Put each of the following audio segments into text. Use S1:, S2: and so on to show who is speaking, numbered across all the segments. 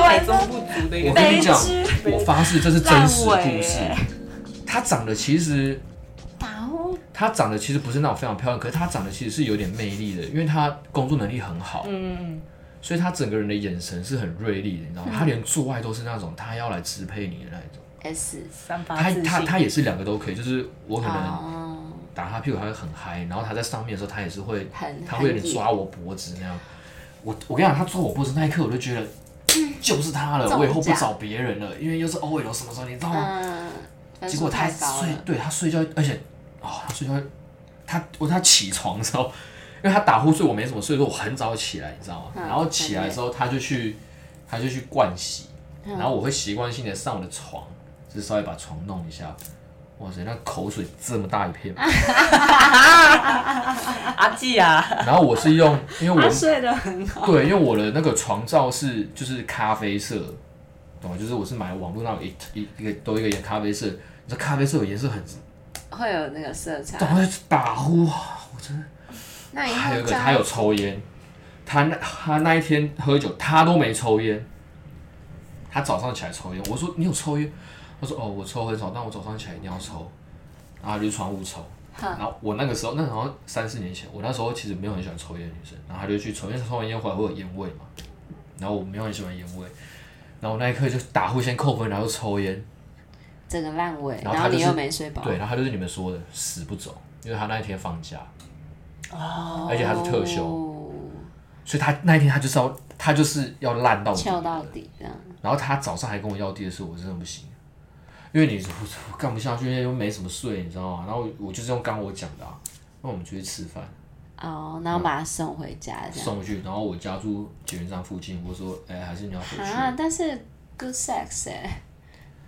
S1: 百中不足的一
S2: 我
S1: 个
S2: 跟
S1: 地
S2: 你
S1: 方。
S2: 讲
S3: 北之，
S2: 我发誓这是真实故事
S3: 烂尾。
S2: 她长得其实，
S3: 然后
S2: 她长得其实不是那种非常漂亮，可是她长得其实是有点魅力的，因为她工作能力很好，
S1: 嗯，
S2: 所以她整个人的眼神是很锐利的，你知道吗？她连做爱都是那种她要来支配你的那一种。
S3: S
S1: 三八
S2: 她
S1: 自
S2: 她
S1: 信
S2: 她也是两个都可以，就是我可能
S3: 哦，
S2: 打她屁股，她会很嗨，然后她在上面的时候，她也是会，
S3: 很
S2: 她会有
S3: 很
S2: 点
S3: 野
S2: 抓我脖子那样。我我跟你讲，她抓我脖子那一刻，我就觉得。就是她了，
S3: 中
S2: 我以后不
S3: 奖
S2: 找别人了，因为又是 OL 什么时候，你知道吗？
S3: 嗯，分
S2: 哦结
S3: 数
S2: 果他
S3: 太高
S2: 睡
S3: 了，，
S2: 对他睡觉，而且哦，他睡觉，他我他起床的时候，因为他打呼睡，我没什么睡，所以我很早起来，你知道吗？
S3: 嗯
S2: 然后起来之后，他就去他就去盥洗，
S3: 嗯
S2: 然后我会习惯性的上我的床，就是稍微把床弄一下。哇塞，那口水这么大一 片，
S1: 阿纪啊，
S2: 然后我是用，因为
S1: 他
S2: 我
S1: 睡得很好，
S2: 对，因为我的那个床罩是就是咖啡色，懂吗？就是我是买网络那种一一一个都一个颜咖啡色，你知道咖啡色的颜色很，
S3: 会有那个色
S2: 然
S3: 差。
S2: 后打呼，我真的。
S3: 那以
S2: 哎还
S3: 后
S2: 有一个，
S3: 叫
S2: 他有抽烟，他那他那一天喝酒，他都没抽烟。他早上起来抽烟，我说你有抽烟？他说哦，我抽很少，但我早上起来一定要抽。然后他就去窗户抽。然后我那个时候，那好像三四年前，我那时候其实没有很喜欢抽烟的女生，然后他就去抽，因为抽完烟回来会有烟味嘛。然后我没有很喜欢烟味，然后我那一刻就打呼先扣分，然后抽烟。
S3: 整个烂尾，
S2: 然后
S3: 然
S2: 他
S3: 后
S2: 就
S3: 你
S2: 是
S3: 又没睡饱，
S2: 对，然后他就是你们说的死不走，因为他那一天放假，而且他是特休。
S3: 哦，
S2: 所以他那一天他就是要他就是要烂到底
S3: 哦翘到底这样。
S2: 然后他早上还跟我要地的时候，我真的不行，因为你我 我干不下去，因为又没什么睡，你知道吗？然后我就是用刚我讲的、啊，那我们出去吃饭，
S3: 哦，然后把他送回家这样。
S2: 嗯送回去，然后我家住捷运站附近，我说哎、还是你要回去，
S3: 啊，但是 good sex 哎、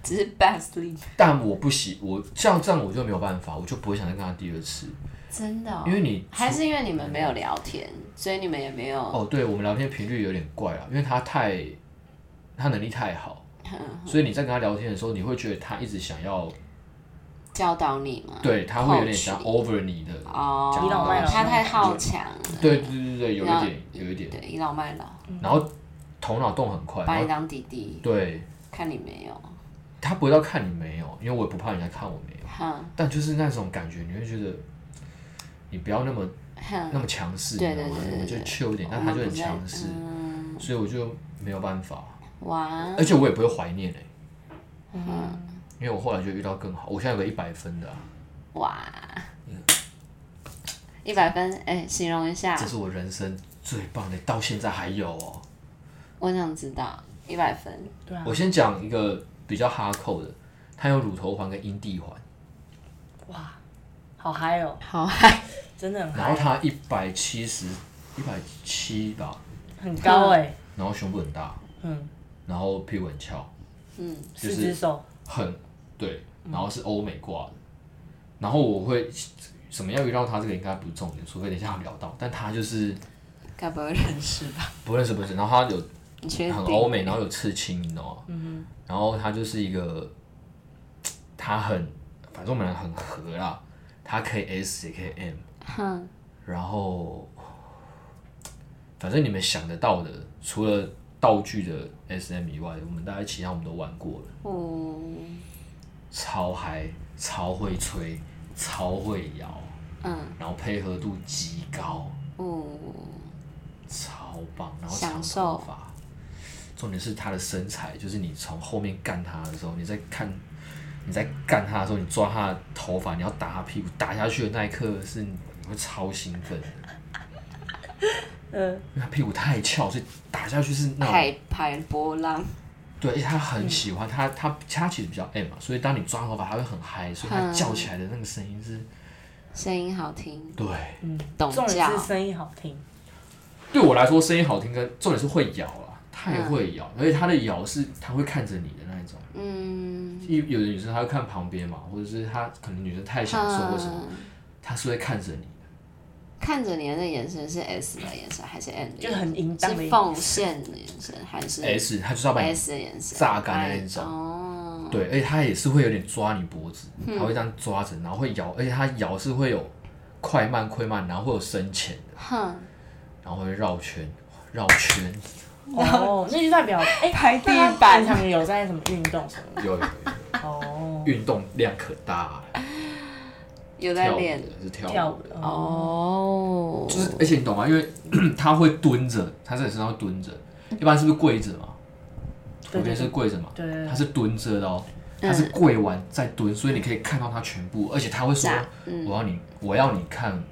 S3: 只是 bad sleep，
S2: 但我不喜我像这样我就没有办法，我就不会想再跟他第二次，
S3: 真的、哦。
S2: 因为你
S3: 还是因为你们没有聊天，所以你们也没有。
S2: 哦，对我们聊天频率有点怪啊，因为他太他能力太好，
S3: 嗯
S2: 所以你在跟他聊天的时候，你会觉得他一直想要
S3: 教导你吗？
S2: 对他会有点想
S3: Coach
S2: over 你的
S3: 哦
S2: 讲
S1: 倚老卖老
S3: 他太好强了。
S2: 对对对对，有一
S3: 然后
S2: 点有一点，
S3: 对，倚老卖老，
S2: 然后头脑动很快，
S3: 把
S2: 然
S3: 你
S2: 后
S3: 当弟弟，
S2: 对
S3: 看你没有。
S2: 他不会到看你没有，因为我也不怕人家看我没有，
S3: 哼
S2: 但就是那种感觉，你会觉得你不要那么
S3: 哼，
S2: 那么强势，你
S3: 嗯对
S2: 知道吗
S3: 对对？对
S2: 我们就 chill 一点，但他就很强势，
S3: 我们不在嗯嗯
S2: 所以我就没有办法，
S3: 哇，
S2: 而且我也不会怀念哎、
S3: 嗯，
S2: 因为我后来就遇到更好，我现在有个一百分的啊、
S3: 哇，一百分，哎、形容一下
S2: 这，是我人生最棒的，到现在还有哦。
S3: 我想知道一百分。
S1: 对啊
S2: 我，先讲一个比较哈扣的，它有乳头环跟阴蒂环。
S1: 哇，好嗨哦，
S3: 好嗨，
S1: 真的很
S2: 然后
S1: 嗨，
S2: 他一百七十，一百七吧，
S1: 很高哎、
S2: 然后胸部很大，
S1: 嗯，
S2: 然后屁股很翘，
S3: 嗯，
S2: 就
S1: 四只
S2: 是
S1: 手，
S2: 很对，然后是欧美挂的，然后我会怎么样遇到他这个应该不是重点，除非等一下聊到，但他就是
S3: 该不会认识吧？
S2: 不认识不认识，然后他有
S3: 你确定？
S2: 很欧美，然后有刺青，你知道吗？然后他就是一个，他很，反正我们俩很合啦，他可以 S 也可以 M，
S3: 哼，
S2: 然后，反正你们想得到的，除了道具的 SM 以外，我们大概其他我们都玩过了，
S3: 哦，
S2: 超嗨，超会吹，超会摇，
S3: 嗯，
S2: 然后配合度极高，
S3: 哦，
S2: 超棒，然后
S3: 享
S2: 长
S3: 受
S2: 头发，重点是他的身材，就是你从后面干他的时候，你在看。你在干他的时候，你抓他的头发，你要打他屁股，打下去的那一刻是你会超兴奋的，
S1: 嗯、
S2: 因为他屁股太翘，所以打下去是那种
S3: 海海波浪，
S2: 对，而且他
S3: 嗯
S2: 很喜欢他，他他其实比较 M 嘛，所以当你抓头发，他会很嗨，所以他
S3: 嗯
S2: 叫起来的那个声音是，
S3: 声音好听，
S2: 对，
S3: 懂
S1: 重点
S3: 叫
S1: 是声音好听，
S2: 对我来说声音好听跟重点是会咬
S3: 嗯
S2: 啊，太会咬，而且他的咬是他会看着你的那一种，
S3: 嗯，
S2: 有有的女生她会看旁边嘛，或者是她可能女生太享受或什么，
S3: 嗯
S2: 她是会看着你的，
S3: 看着你的那眼神是 S 的眼神还是 N 的眼神？
S1: 就很淫荡的
S3: 是
S1: 眼神
S3: 奉献的眼神还是
S2: S，她就是要把你
S3: S 的眼神？
S2: 榨干的那种
S3: 哎哦，
S2: 对，而且她也是会有点抓你脖子，
S3: 嗯
S2: 她会这样抓着，然后会咬，而且她咬是会有快慢快慢，然后会有深浅的，
S3: 哼，
S2: 然后会绕圈绕圈。
S1: 哦，那就代表哎，
S3: 拍地
S1: 那他
S3: 板
S1: 平常有在什么运动什么 的
S2: 有有有
S1: 哦，
S2: 运动量可大了，啊
S3: 有在
S2: 跳舞
S3: 练
S2: 的是跳
S1: 跳
S2: 舞
S1: 舞
S2: 的，
S1: 的哦，
S3: 哦，
S2: 就是而且你懂吗？因为 他会蹲着，他在你身上会蹲着，一般是不是跪着嘛？
S1: 对
S2: 我觉得是跪着嘛，
S1: 对对嗯
S2: 他
S1: 对，
S2: 是蹲着的哦，他是跪完再蹲，所以你可以看到他全部，而且他会说
S3: 炸嗯：“
S2: 我要你，我要你看，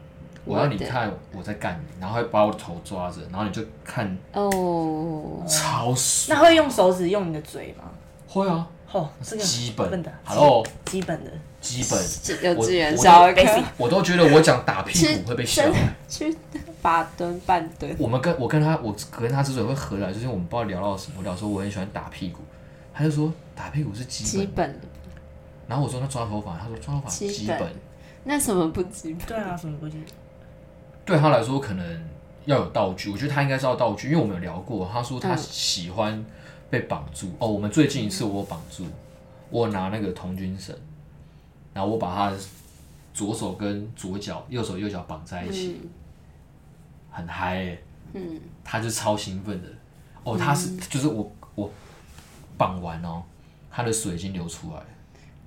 S2: 我要你
S3: 我的
S2: 看我在干你。”然后会把我的头抓着，然后你就看
S3: 哦，
S2: 超爽。
S1: 那会用手指用你的嘴吗？
S2: 会啊，
S1: 哦，这个
S2: 基
S1: 笨
S2: 本
S1: 的
S2: ，Hello，
S1: 基本的，
S2: 基 本，
S3: 幼稚园
S2: 我
S3: 小课
S1: basic
S2: 我都觉得我讲打屁
S3: 是
S2: 股会被笑
S3: 真。去八蹲半蹲，
S2: 我们跟我跟他，我跟他之所以会合得来，就是因为我们不知道聊到什么，我聊说我很喜欢打屁股，他就说打屁股是基
S3: 基
S2: 本。
S3: 本
S2: 然后我说那抓头发，他说抓头发
S3: 基
S2: 基
S3: 本
S2: 本。
S3: 那什么不基本？
S1: 对啊，什么规矩？
S2: 对他来说可能要有道具，我觉得他应该是要道具，因为我们有聊过，他说他
S3: 嗯
S2: 喜欢被绑住。哦，我们最近一次我有绑住，我有拿那个童军绳，然后我把他的左手跟左脚、右手右脚绑在一起，很嗨、欸，
S3: 嗯，
S2: 他就超兴奋的。哦，他是、就是我我绑完哦，他的水已经流出来了，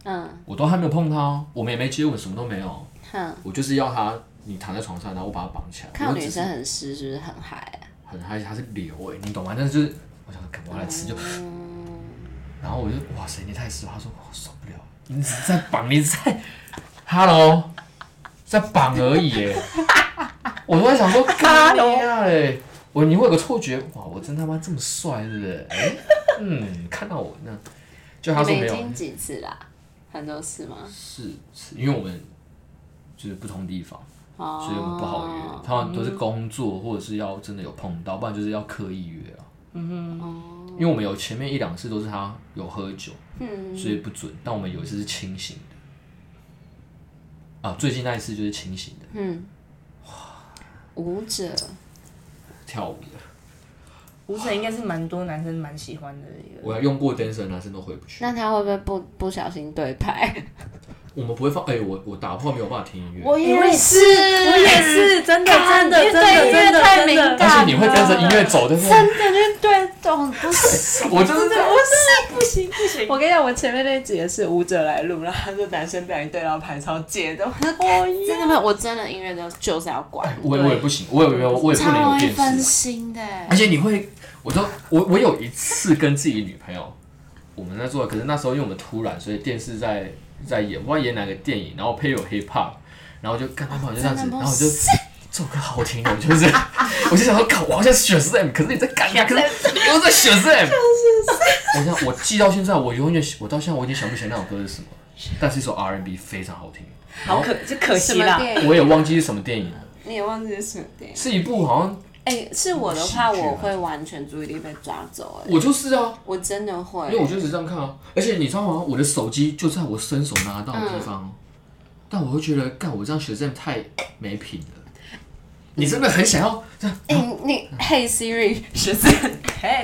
S3: 嗯，
S2: 我都还没有碰他哦，我们也没接吻，什么都没有，
S3: 哼，
S2: 我就是要他。你躺在床上，然后我把他绑起来。
S3: 看到
S2: 我只
S3: 女
S2: 是
S3: 生很湿，是不是很嗨啊？
S2: 很嗨，它是流哎、你懂吗？但是就是我想说赶快来吃就，
S3: 嗯
S2: 然后我就哇塞，你太湿了。他说我受不了，你只是在绑，你在，hello，在绑而已哎、我都在想说干你啊哎，我你会有个错觉，哇，我真他妈这么帅是不是？哎、嗯，看到我那，就他说
S3: 你
S2: 没
S3: 们已
S2: 有，
S3: 经几次啦？很多次吗？
S2: 是是因为我们就是不同地方。
S3: 哦，
S2: 所以我们不好约，他们都是工作或者是要真的有碰到，不然就是要刻意约啊。嗯因为我们有前面一两次都是他有喝酒，
S3: 嗯，
S2: 所以不准。但我们有一次是清醒的，啊，最近那一次就是清醒的
S3: 嗯，舞者
S2: 跳舞的。
S1: 舞者应该是蛮多男生蛮喜欢的一个，
S2: 我还用过 dancer，男生都回不去。
S3: 那他会不会不不小心对拍？
S2: 我们不会放，哎、我我打破没有办法听音乐，
S3: 我
S1: 也是我也是真的真的真的
S3: 对音
S1: 真
S3: 乐
S1: 的
S3: 太敏
S1: 真
S3: 感
S1: 的，
S2: 而且你会跟着 音乐走，对不对？
S3: 感觉对懂不是。
S2: 我就是这样。
S3: 不行不行！我跟你讲，我前面那集也是舞者来录，然后他说男生不小心对到牌超贱的，我说 真的吗？我真的音乐就就是要管，
S2: 我也我也不行，我也没有，我也不能
S3: 超
S2: 有
S3: 容易
S2: 电视啊、
S3: 分心的。
S2: 而且你会，我都我我有一次跟自己女朋友，我们在做，可是那时候因为我们突然，所以电视在在演，不知道演哪个电影，然后配有 hip hop，然后就干干嘛就这样子，
S3: 真的不
S2: 然后我就这首歌好听哦，我就是，我就想说，靠，我好像选 Sam，可是你在干呀，可是你 又在选 Sam，我想我记到现在，我永远我到现在我已经想不起来那首歌是什么，但是一首 R&B 非常好听，然
S1: 好
S2: 后
S1: 可就可
S3: 什
S1: 惜
S3: 么
S1: 啦，
S3: 电影？
S2: 我也忘记是什么电影了，
S3: 你也忘记是什么电影？
S2: 是一部好像
S3: 哎、是我的话，
S2: 喜剧啊
S3: 我会完全注意力被抓走、哎，
S2: 我就是啊。
S3: 我真的会。
S2: 因为我就一直这样看啊，而且你知道吗？我的手机就在我伸手拿到的地方哦、但我会觉得，干我这样学生太没品了。你真的很想要这样
S3: 哎、你嘿 Siri 学生，
S1: 哎，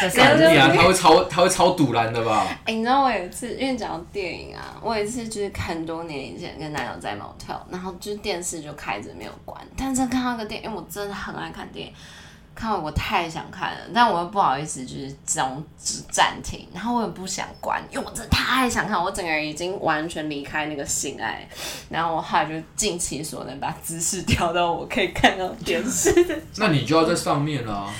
S1: 可惜
S2: 干
S3: 没有
S2: 你啊？
S3: 没有
S2: 他会超他会超堵拦的吧？
S3: 哎、你知道我有一次，因为讲到电影啊，我有一次就是很多年以前跟男友在 motel，然后就是电视就开着没有关，但是看到一个电影，因为我真的很爱看电影，看完我太想看了，但我又不好意思就是这种只暂停，然后我也不想关，因为我真的太想看，我整个人已经完全离开那个性爱，然后我后来就尽其所能把姿势调到我可以看到电视。
S2: 那你就要在上面啦、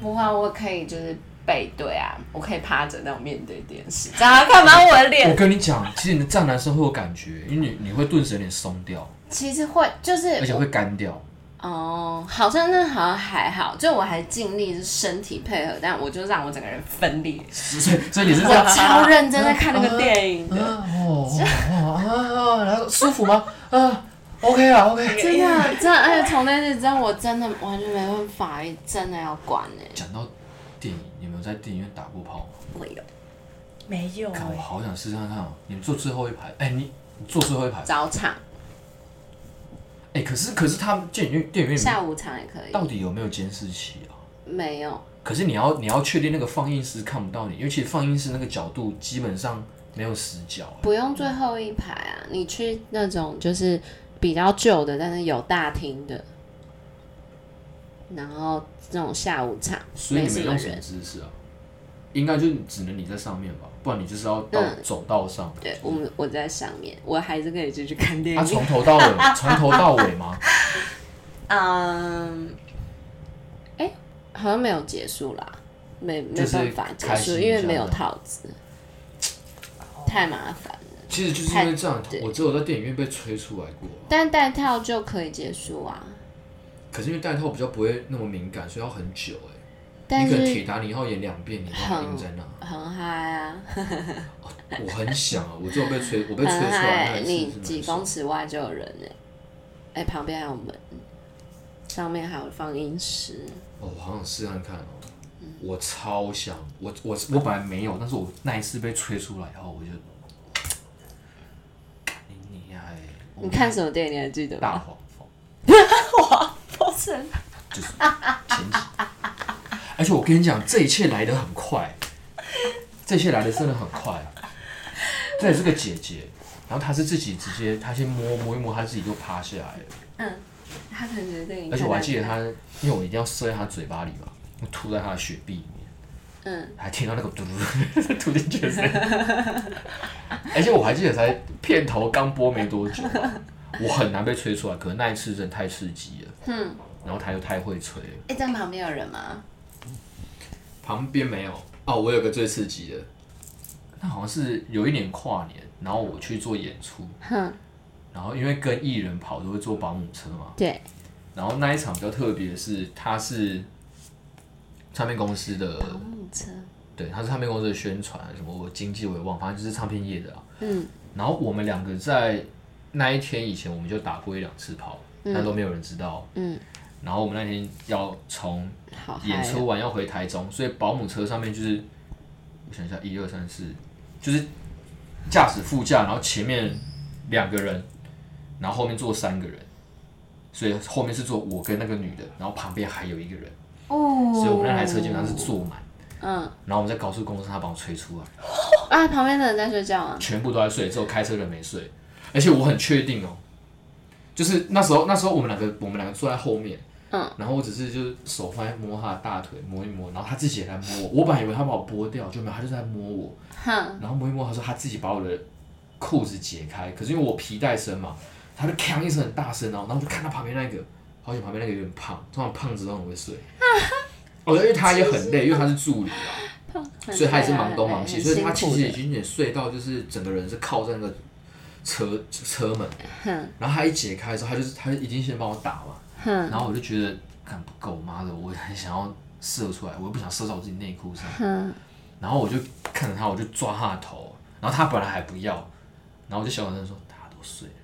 S3: 不会啊，我可以就是背对啊，我可以趴着，但我面对电视，这样看不到我的脸
S1: 哎
S2: 我。跟你讲，其实你的站男生会有感觉，因为你你会顿时有点松掉，
S3: 其实会就是
S2: 而且会干掉。
S3: 哦，好像那好像还好，就我还尽力是身体配合，但我就让我整个人分裂。
S2: 所以所以你是这啊
S3: 我
S2: 样。
S3: 超认真在看那个电影
S2: 啊
S3: 的，
S2: 哦哦啊啊！然后舒服吗？啊，OK 啊 OK。
S3: 真的哎真的，而且从那次之后，我真的完全没办法，真的要管哎、
S2: 讲到电影，你有没有在电影院打过炮吗？
S3: 我有
S1: 没
S3: 哦
S1: 有
S2: 看，
S1: 哎
S2: 我好想试试看哦！你们坐最后一排，哎、你你坐最后一排，哎、
S3: 早场、
S2: 可是可是他们电影院电影院里
S3: 下
S2: 面
S3: 午场也可以，
S2: 到底有没有监视器啊？
S3: 没有。
S2: 可是你要你要确定那个放映师看不到你，因为其实放映师那个角度基本上没有死角、啊
S3: 不用最后一排啊，你去那种就是比较旧的，但是有大厅的，然后那种下午场
S2: 所以
S3: 没
S2: 你
S3: 什
S2: 们
S3: 么
S2: 用什么
S3: 人。
S2: 姿势啊？应该就只能你在上面吧，不然你就是要到、
S3: 嗯
S2: 走道上。
S3: 对，我们我在上面，我还是可以继续看电
S2: 他
S3: 影。
S2: 啊从头到尾，从头到尾 吗？
S3: 嗯，哎、好像没有结束啦，没没
S2: 就是
S3: 办法结
S2: 开
S3: 束，
S2: 心一
S3: 因为
S2: 下
S3: 没有
S2: 这样哦
S3: 套子，太麻烦了。
S2: 其实就是因为这样
S3: 太，
S2: 我只有在电影院被催出来过。啊
S3: 但带套就可以结束啊，
S2: 可是因为戴套比较不会那么敏感，所以要很久哎、
S3: 但
S2: 你可能
S3: 是
S2: 铁达尼号演两遍，你都
S3: 很
S2: 赢在那。
S3: 很嗨啊，
S2: 我很想啊，我只有被催，我被
S3: 很
S2: 催出来那
S3: 嗨！
S2: 一次
S3: 你
S2: 是蛮
S3: 几
S2: 爽
S3: 公尺外就有人哎、哎、旁边还有门，上面还有放音石，
S2: 哦，我好想试看看哦。
S3: 嗯
S2: 我超想，我我我本来没有，但是我那一次被催出来以后，我就，你你哎，我
S3: 你看什么电影你还记得
S2: 大
S3: 吗？
S2: 黄蜂，
S3: 不是，
S2: 就是前几，而且我跟你讲，这一切来得很快，这一切来得真的很快。啊这也是个姐姐，然后她是自己直接，她先摸摸一摸，她自己就趴下来了。
S3: 他可能觉得电影，
S2: 而且我还记得，他，因为我一定要射在他嘴巴里嘛，我吐在他的雪碧里面，
S3: 嗯，
S2: 还听到那个嘟嘟 嘟吐进去的声音。而且我还记得才片头刚播没多久嘛，我很难被吹出来，可能那一次真的太刺激了。嗯，然后他又太会吹了，
S3: 哎、但旁边有人吗？
S2: 旁边没有哦，我有个最刺激的，那好像是有一年跨年，然后我去做演出，
S3: 哼，
S2: 然后因为跟艺人跑都会坐保姆车嘛，
S3: 对，
S2: 然后那一场比较特别的是，他是唱片公司的，
S3: 保姆车，
S2: 对，他是唱片公司的宣传什么，我经济我也忘，反正就是唱片业的啊。
S3: 嗯
S2: 然后我们两个在那一天以前，我们就打过一两次炮，但都没有人知道。
S3: 嗯，
S2: 然后我们那天要从
S3: 好嗨
S2: 演
S3: 哦
S2: 出完要回台中，所以保姆车上面就是，我想一下，一二三四，就是驾驶副驾，然后前面两个人，然后后面坐三个人，所以后面是坐我跟那个女的，然后旁边还有一个人，
S3: 哦，
S2: 所以我们那台车基本上是坐满。
S3: 嗯
S2: 然后我们在高速公路上，他把我催出来，
S3: 啊，旁边的人在睡觉啊，
S2: 全部都在睡，只有开车的人没睡。而且我很确定哦，就是那时候，那时候我们两个，我们两个坐在后面，
S3: 嗯，
S2: 然后我只是就是手放在摸他的大腿，摸一摸，然后他自己也来摸我。我本来以为他把我拨掉，就没有，他就在摸我，
S3: 哼，
S2: 然后摸一摸，他说他自己把我的裤子解开，可是因为我皮带深嘛，他就锵一声很大声，然后然后我就看到旁边那个，好险旁边那个有点胖，通常胖子都很会睡。哦，因为他也很累，因为他是助理啊。所以他也
S3: 啊
S2: 是忙东忙西，所以他其实已经有点睡到，就是整个人是靠在那个车车门，
S3: 哼
S2: 然后他一解开的时候，他就是他已经先帮我打嘛，
S3: 哼
S2: 然后我就觉得看不够，妈的，我很想要射出来，我又不想射到我自己内裤上，
S3: 哼，
S2: 然后我就看着他，我就抓他的头，然后他本来还不要，然后我就小声地说大家都睡了，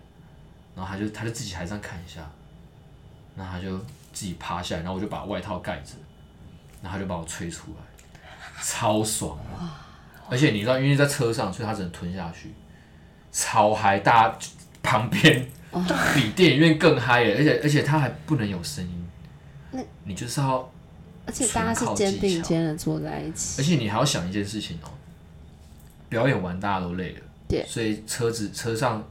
S2: 然后他就他就自己还这样看一下，然后他就自己趴下来，然后我就把外套盖着，然后他就把我吹出来，超爽的而且你知道，因为在车上，所以他只能吞下去，超嗨，大家旁边比电影院更嗨耶，而且而且他还不能有声音，你就是要
S3: 而且大家是肩并肩的坐在一
S2: 而
S3: 起，
S2: 且你还要想一件事情哦，表演完大家都累了，
S3: 对
S2: 所以车子车上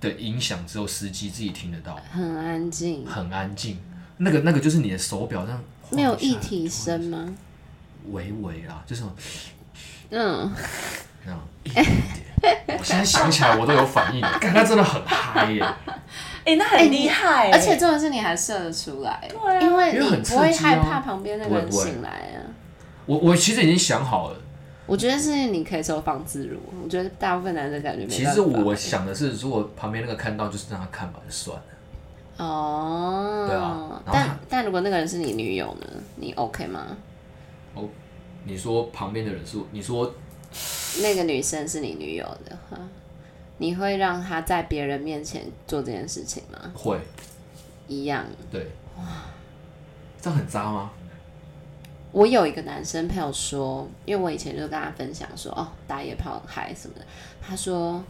S2: 的音响只有司机自己听得到，
S3: 很安静，
S2: 很安静。那个那个就是你的手表这样晃
S3: 没有
S2: 一
S3: 一
S2: 下
S3: 体，声吗？
S2: 微微啦，就是
S3: 嗯，
S2: 那样一点点。我现在想起来我都有反应了，看他真的很嗨耶，
S1: 哎、那很厉害、
S3: 而且重点是你还射得出来，
S1: 对啊
S3: 因为
S2: 因为
S3: 你
S2: 很刺
S3: 不
S2: 激
S3: 会
S2: 啊
S3: 害怕旁边那个人
S2: 不会不会
S3: 醒来啊。
S2: 我我其实已经想好了，
S3: 我觉得是你可以收放自如，我觉得大部分男生感觉没
S2: 其
S3: 办法
S2: 实我想的是，如果旁边那个看到，就是让他看吧，就算了。
S3: 哦，
S2: 对啊然后他
S3: 但但如果那个人是你女友呢，你 OK 吗？
S2: 你说旁边的人是我，你说
S3: 那个女生是你女友的话，你会让她在别人面前做这件事情吗？
S2: 会
S3: 一样。
S2: 对，这样很渣吗？
S3: 我有一个男生朋友说，因为我以前就跟他分享说，哦，打野炮很嗨什么的，他说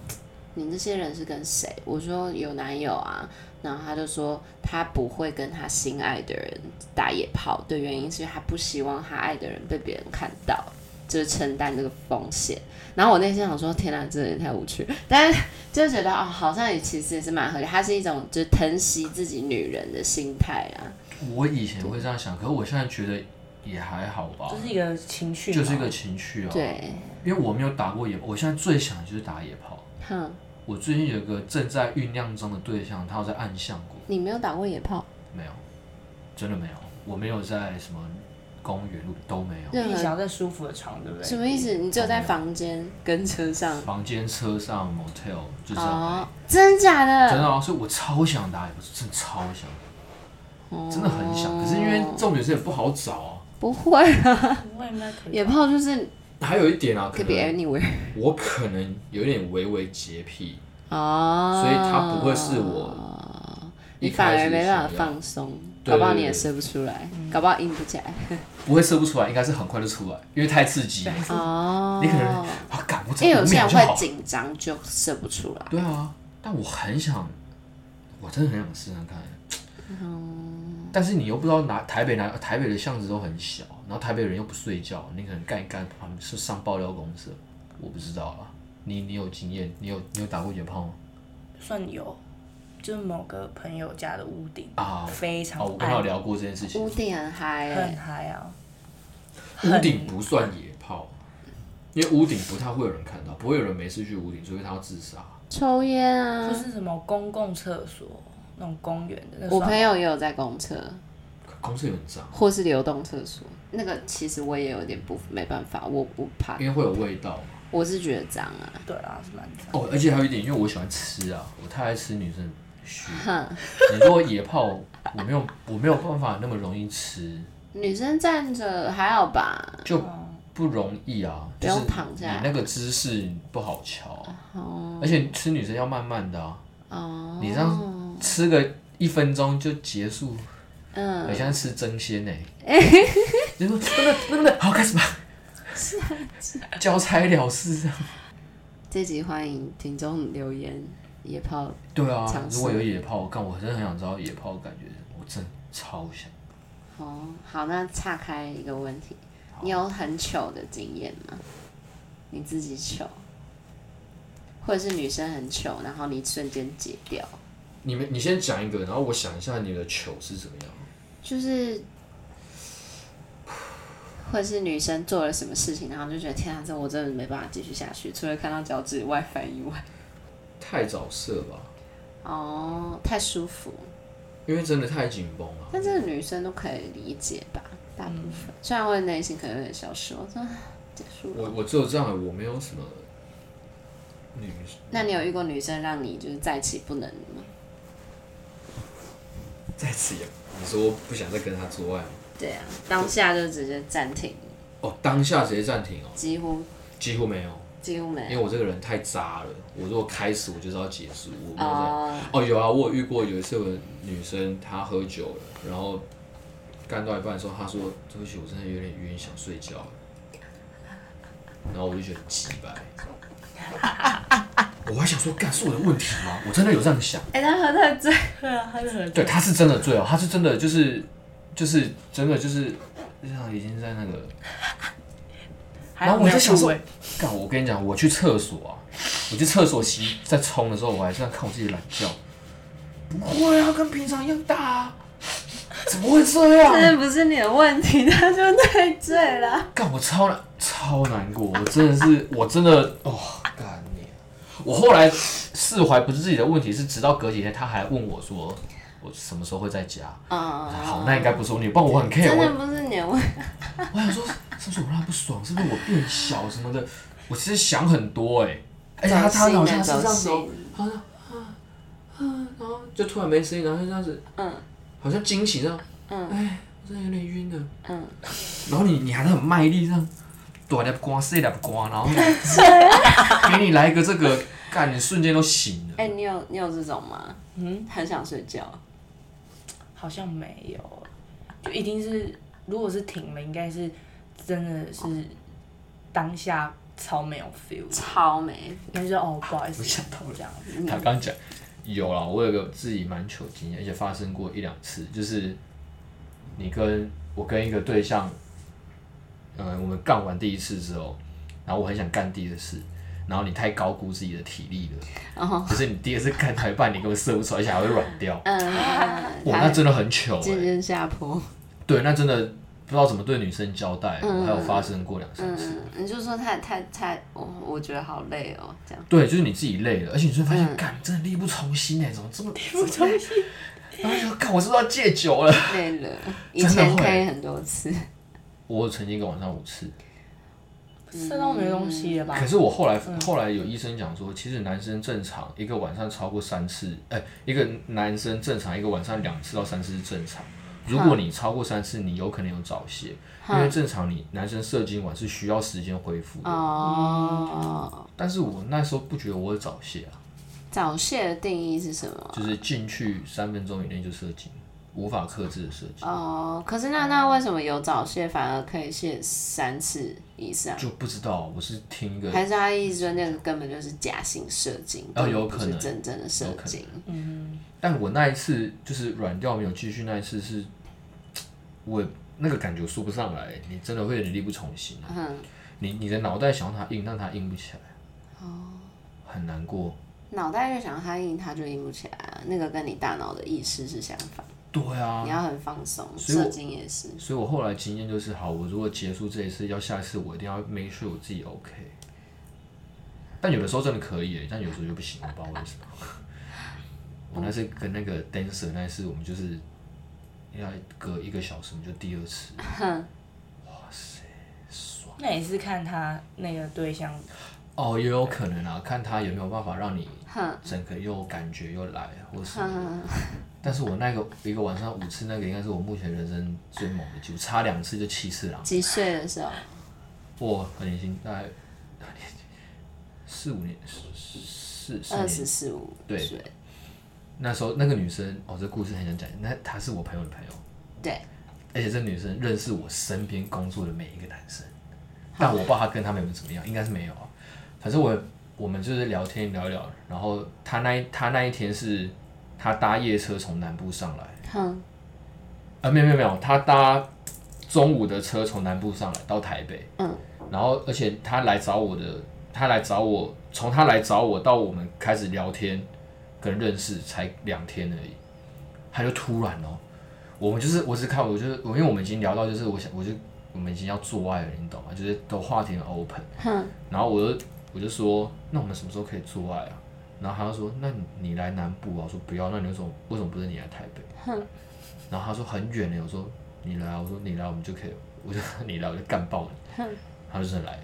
S3: 你这些人是跟谁？我说有男友啊，然后他就说他不会跟他心爱的人打野炮的原因是因为他不希望他爱的人被别人看到，就是承担这个风险。然后我内心想说，天哪，这人也太无趣了，但 是就觉得哦，好像也其实也是蛮合理，他是一种就是疼惜自己女人的心态啊。
S2: 我以前会这样想，可是我现在觉得也还好吧，
S1: 就是一个情绪嘛，
S2: 就是一个情趣啊。
S3: 对，
S2: 因为我没有打过野，我现在最想的就是打野炮。
S3: 哼，
S2: 我最近有一个正在酝酿中的对象，他有在暗巷过，
S3: 你没有打过野炮，
S2: 没有，真的没有，我没有在什么公园路都没有，
S1: 因为你
S3: 任何
S1: 想要在舒服的床，对不对？
S3: 啊什么意思？你只有在房间跟车上
S2: 房间、车上、motel 就这样。
S3: 啊哦，真假
S2: 真
S3: 的？
S2: 的啊，所以我超想打野炮，真的超想，
S3: 哦
S2: 真的很想。可是因为重点是也不好找啊。
S3: 不会啊，
S1: 我也没可以
S3: 野炮就是
S2: 还有一点啊，可
S3: could be
S2: 能
S3: anywhere
S2: 我可能有点微微洁癖，
S3: 哦，
S2: 所以它不会是我
S3: 你
S2: 一开
S3: 反
S2: 始
S3: 而没办
S2: 想
S3: 法
S2: 要
S3: 放松，
S2: 对
S3: 搞不好
S2: 对
S3: 你也
S2: 对
S3: 射不出来，搞不好硬不起 来。
S2: 不会射不出来，应该是很快就出来，因为太刺激了。
S3: 哦，
S2: 你可能啊，赶不
S3: 因为有
S2: 五
S3: 些
S2: 秒
S3: 人
S2: 就好
S3: 会。紧张就射不出来。
S2: 对啊，但我很想，我真的很想试试看。
S1: 嗯
S2: 但是你又不知道哪台北哪台北的巷子都很小，然后台北人又不睡觉，你可能干一干，他们是上爆料公社，我不知道啦。你你有经验？你有你有打过野炮吗？
S1: 算有，就是某个朋友家的屋顶
S2: 啊
S1: 非常
S2: 哦，我跟他有
S1: 暗，
S2: 聊过这件事情。
S3: 屋顶很嗨
S1: 很
S3: 欸，
S1: 嗨啊。
S2: 屋顶不算野炮，啊因为屋顶不太会有人看到，不会有人没事去屋顶，除非他要自杀。
S3: 抽烟
S1: 就
S3: 啊。
S1: 是什么公共厕所那种公园的，那
S3: 我
S1: 算
S3: 朋友也有在公厕，
S2: 可公厕有很脏，
S3: 或是流动厕所，那个其实我也有点不没办法，我不怕，
S2: 因为会有味道嘛。
S3: 我是觉得脏啊。
S1: 对啦，是蛮脏。
S2: 哦，而且还有一点，因为我喜欢吃啊，我太爱吃女生的血。
S3: 哼，
S2: 你如果野炮，我没有我没有办法那么容易吃，
S3: 女生站着还好吧？
S2: 就不容易啊。
S3: 不
S2: 就是
S3: 用躺
S2: 你
S3: 下来
S2: 那个姿势不好瞧啊、而且吃女生要慢慢的啊，
S3: 哦，
S2: 你这样吃个一分钟就结束，
S3: 嗯，
S2: 很像吃真鲜 呢、欸。你说那个那个好开始吧，
S3: 啊
S2: 交差了事啊。
S3: 这集欢迎听众留言野炮，
S2: 对啊
S3: 尝，试
S2: 如果有野炮，干我真的很想知道野炮的感觉是什么，我真的超想。
S3: 哦，好，那岔开一个问题，你有很糗的经验吗？你自己糗，或者是女生很糗，然后你瞬间解掉，
S2: 你们，你先讲一个，然后我想一下你的球是怎么样。
S3: 就是，或者是女生做了什么事情，然后就觉得天啊，这我真的没办法继续下去，除了看到脚趾外翻以外，
S2: 太早射吧，
S3: 哦，太舒服。
S2: 因为真的太紧绷了。
S3: 但这个女生都可以理解吧，大部分。虽然我的内心可能有点消失，我说啊 结束了。
S2: 我我只有这样，我没有什么女
S3: 那你有遇过女生让你就是再起不能吗？
S2: 再次也，你说不想再跟他做爱吗
S3: 对啊，当下就直接暂停，
S2: 哦，当下直接暂停哦，
S3: 几乎
S2: 几乎没有，
S3: 几乎没
S2: 因为我这个人太渣了。我如果开始，我就是要结束，我没有在。
S3: 哦，
S2: 哦，有啊，我有遇过有一次，有个女生她喝酒了，然后干到一半的时候，她说：“对不起，我真的有点晕，想睡觉了。”然后我就觉得很鸡掰，我还想说，干是我的问题吗？我真的有这样想，
S3: 哎、他喝太醉，
S1: 对啊，他是很
S2: 对，她是真的醉哦，她是真的就是就是真的就是，就像已经在那个
S1: 还
S2: 然
S1: 有
S2: 后我就想说
S1: 没有入围
S2: 干，我跟你讲，我去厕所啊，我去厕所洗在冲的时候，我还这样看我自己懒觉，不会啊，跟平常一样大啊，怎么会这
S3: 这
S2: 样？
S3: 不是你的问题，他就太醉了。
S2: 干，我超难超难过，我真的是，我真的哦，干你！我后来释怀不是自己的问题，是直到隔几天他还问我说，我什么时候会在家？
S3: 啊、
S2: 好，那应该不是我女，不然我很 care，
S3: 真
S2: 我
S3: 的不是你的问题，
S2: 我想说，是不是我让他不爽？是不是我变小什么的？我其实想很多哎、而且他他好像是这样子哦，好像啊啊，然后就突然没声音，然后就这样子，
S3: 嗯，
S2: 好像惊醒这样，
S3: 嗯
S2: 哎，我真的有点晕了，
S3: 嗯，
S2: 然后你你还是很卖力这样，短的光，细的光，然后 给你来一个这个，干，你瞬间都醒了。
S3: 哎、你有你有这种吗？嗯，很想睡觉。
S1: 好像没有，就一定是如果是停了，应该是真的是当下超没有 feel，
S3: 超没，
S1: 应该就是哦不好意思，
S2: 啊我想到了
S1: 这样子，
S2: 他刚讲有啦，我有个自己蛮糗的经验，而且发生过一两次，就是你跟我跟一个对呃象，嗯、我们干完第一次之后，然后我很想干第二次，然后你太高估自己的体力了，
S3: 然后
S2: 就是你第一次看台半，你根本射不出来，而且还会软掉。
S3: 嗯，
S2: 哇，那
S3: 还
S2: 真的很糗哎、
S3: 渐渐下坡。
S2: 对，那真的不知道怎么对女生交代，
S3: 嗯
S2: 我还有发生过两三次。
S3: 嗯，你就说太太太，我我觉得好累哦，这样。
S2: 对，就是你自己累了，而且你就会发现，
S3: 嗯
S2: 干、真的力不从心哎、怎么这 么力
S1: 不重新
S2: 然后就说，干，我是不是要戒酒了？
S3: 累了，以
S2: 真的
S3: 前
S2: 会
S3: 可以很多次，
S2: 我曾经一个晚上五次，
S1: 射到没东西了吧
S2: 可？是我后来
S3: 嗯
S2: 后来有医生讲说，其实男生正常一个晚上超过三次，哎、一个男生正常一个晚上两次到三次是正常。如
S3: 嗯
S2: 果你超过三次，你有可能有早泄，因为正常你男生射精完是需要时间恢复的。
S3: 哦，
S2: 但是我那时候不觉得我有早泄啊，
S3: 早泄的定义是什么？
S2: 就是进去三分钟以内就射精，无法克制的射精，
S3: 哦，可是那那为什么有早泄反而可以泄三次以上？
S2: 就不知道我是听一个
S3: 还是他意思说那个根本就是假性射精，
S2: 哦
S3: 根本
S2: 有
S3: 不
S2: 可
S3: 是
S2: 能
S3: 真正的射
S2: 有可
S3: 精。
S2: 但我那一次就是软掉没有继续，那一次是我那个感觉说不上来，你真的会有点力不从心、啊。
S3: 嗯，
S2: 你你的脑袋想让它硬，但它硬不起来，哦，很难过。
S3: 脑袋越想它硬，它就硬不起来啊。那个跟你大脑的意识是相反，
S2: 对
S3: 你
S2: 啊，
S3: 要很放松。
S2: 所以我
S3: 射精也是，
S2: 所以我后来经验就是，好，我如果结束这一次，要下一次我一定要 make sure 我自己 OK。但有的时候真的可以耶，但有时候就不行，我不知道 为什么。我那次跟那个 dancer 那次，我们就是要隔一个小时，我们就第二次。
S1: 那也是看他那个对象，
S2: 哦，也有可能啊，看他有没有办法让你
S3: 哼
S2: 整个又感觉又来，或是。
S3: 哼，
S2: 但是我那个一个晚上五次，那个应该是我目前人生最猛的记录，差两次就七次了。
S3: 几岁的时候？
S2: 哇，很年轻，大概很年轻四五年，四四
S3: 二十
S2: 四年。
S3: 四五
S2: 对
S3: 岁，
S2: 那时候那个女生，哦，这故事很想讲，那她是我朋友的朋友，
S3: 对，
S2: 而且这女生认识我身边工作的每一个男生，但我不知道她跟他们有没有怎么样，应该是没有啊。反正我我们就是聊天聊一聊，然后她那一她那一天是她搭夜车从南部上来，
S3: 哼，
S2: 啊，没有没有没有，她搭中午的车从南部上来到台北，
S3: 嗯，
S2: 然后而且她来找我的，她来找我，从她来找我到我们开始聊天跟认识才两天而已，她就突然哦，我们就是我只看我就是我，因为我们已经聊到就是我想我就我们已经要做爱了，你懂吗？就是都话题很 open，
S3: 哼，
S2: 然后我就我就说，那我们什么时候可以做爱啊？然后他就说，那你你来南部啊？我说不要，那你为什么为什么不是你来台北？然后他说很远呢，我说你来啊，我说你来，我们就可以，我就你来我就干爆你，他就真的来了。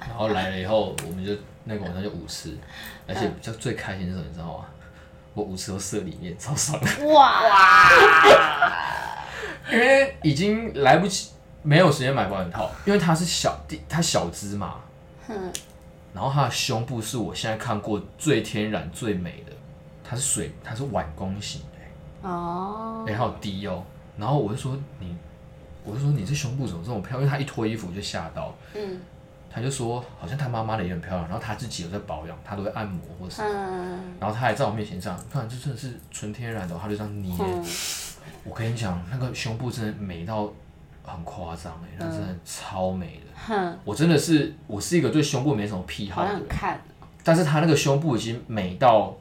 S2: 然后来了以后，我们就那个晚上就五次，而且比较最开心是什么，你知道吗？我五次都射里面，超爽的，
S3: 哇，
S2: 因为已经来不及，没有时间买保险套，因为它是小弟，它小只嘛，
S3: 哼，
S2: 然后它的胸部是我现在看过最天然最美的，它是水，它是碗弓型的、
S3: 哦，
S2: 欸，然后低哦。然后我就说你，我就说你这胸部怎么这么漂亮？因为她一脱衣服我就吓到，
S3: 嗯
S2: 她就说好像她妈妈的也很漂亮，然后她自己有在保养，她都会按摩或什么。
S3: 嗯
S2: 然后她还在我面前这样，看这真的是纯天然的哦，她就这样捏。
S3: 嗯，
S2: 我跟你讲，那个胸部真的美到很夸张哎、那真的超美的。
S3: 嗯哼，
S2: 我真的是我是一个对胸部没什么癖好
S3: 好
S2: 的人
S3: 想，看，
S2: 但是他那个胸部已经美到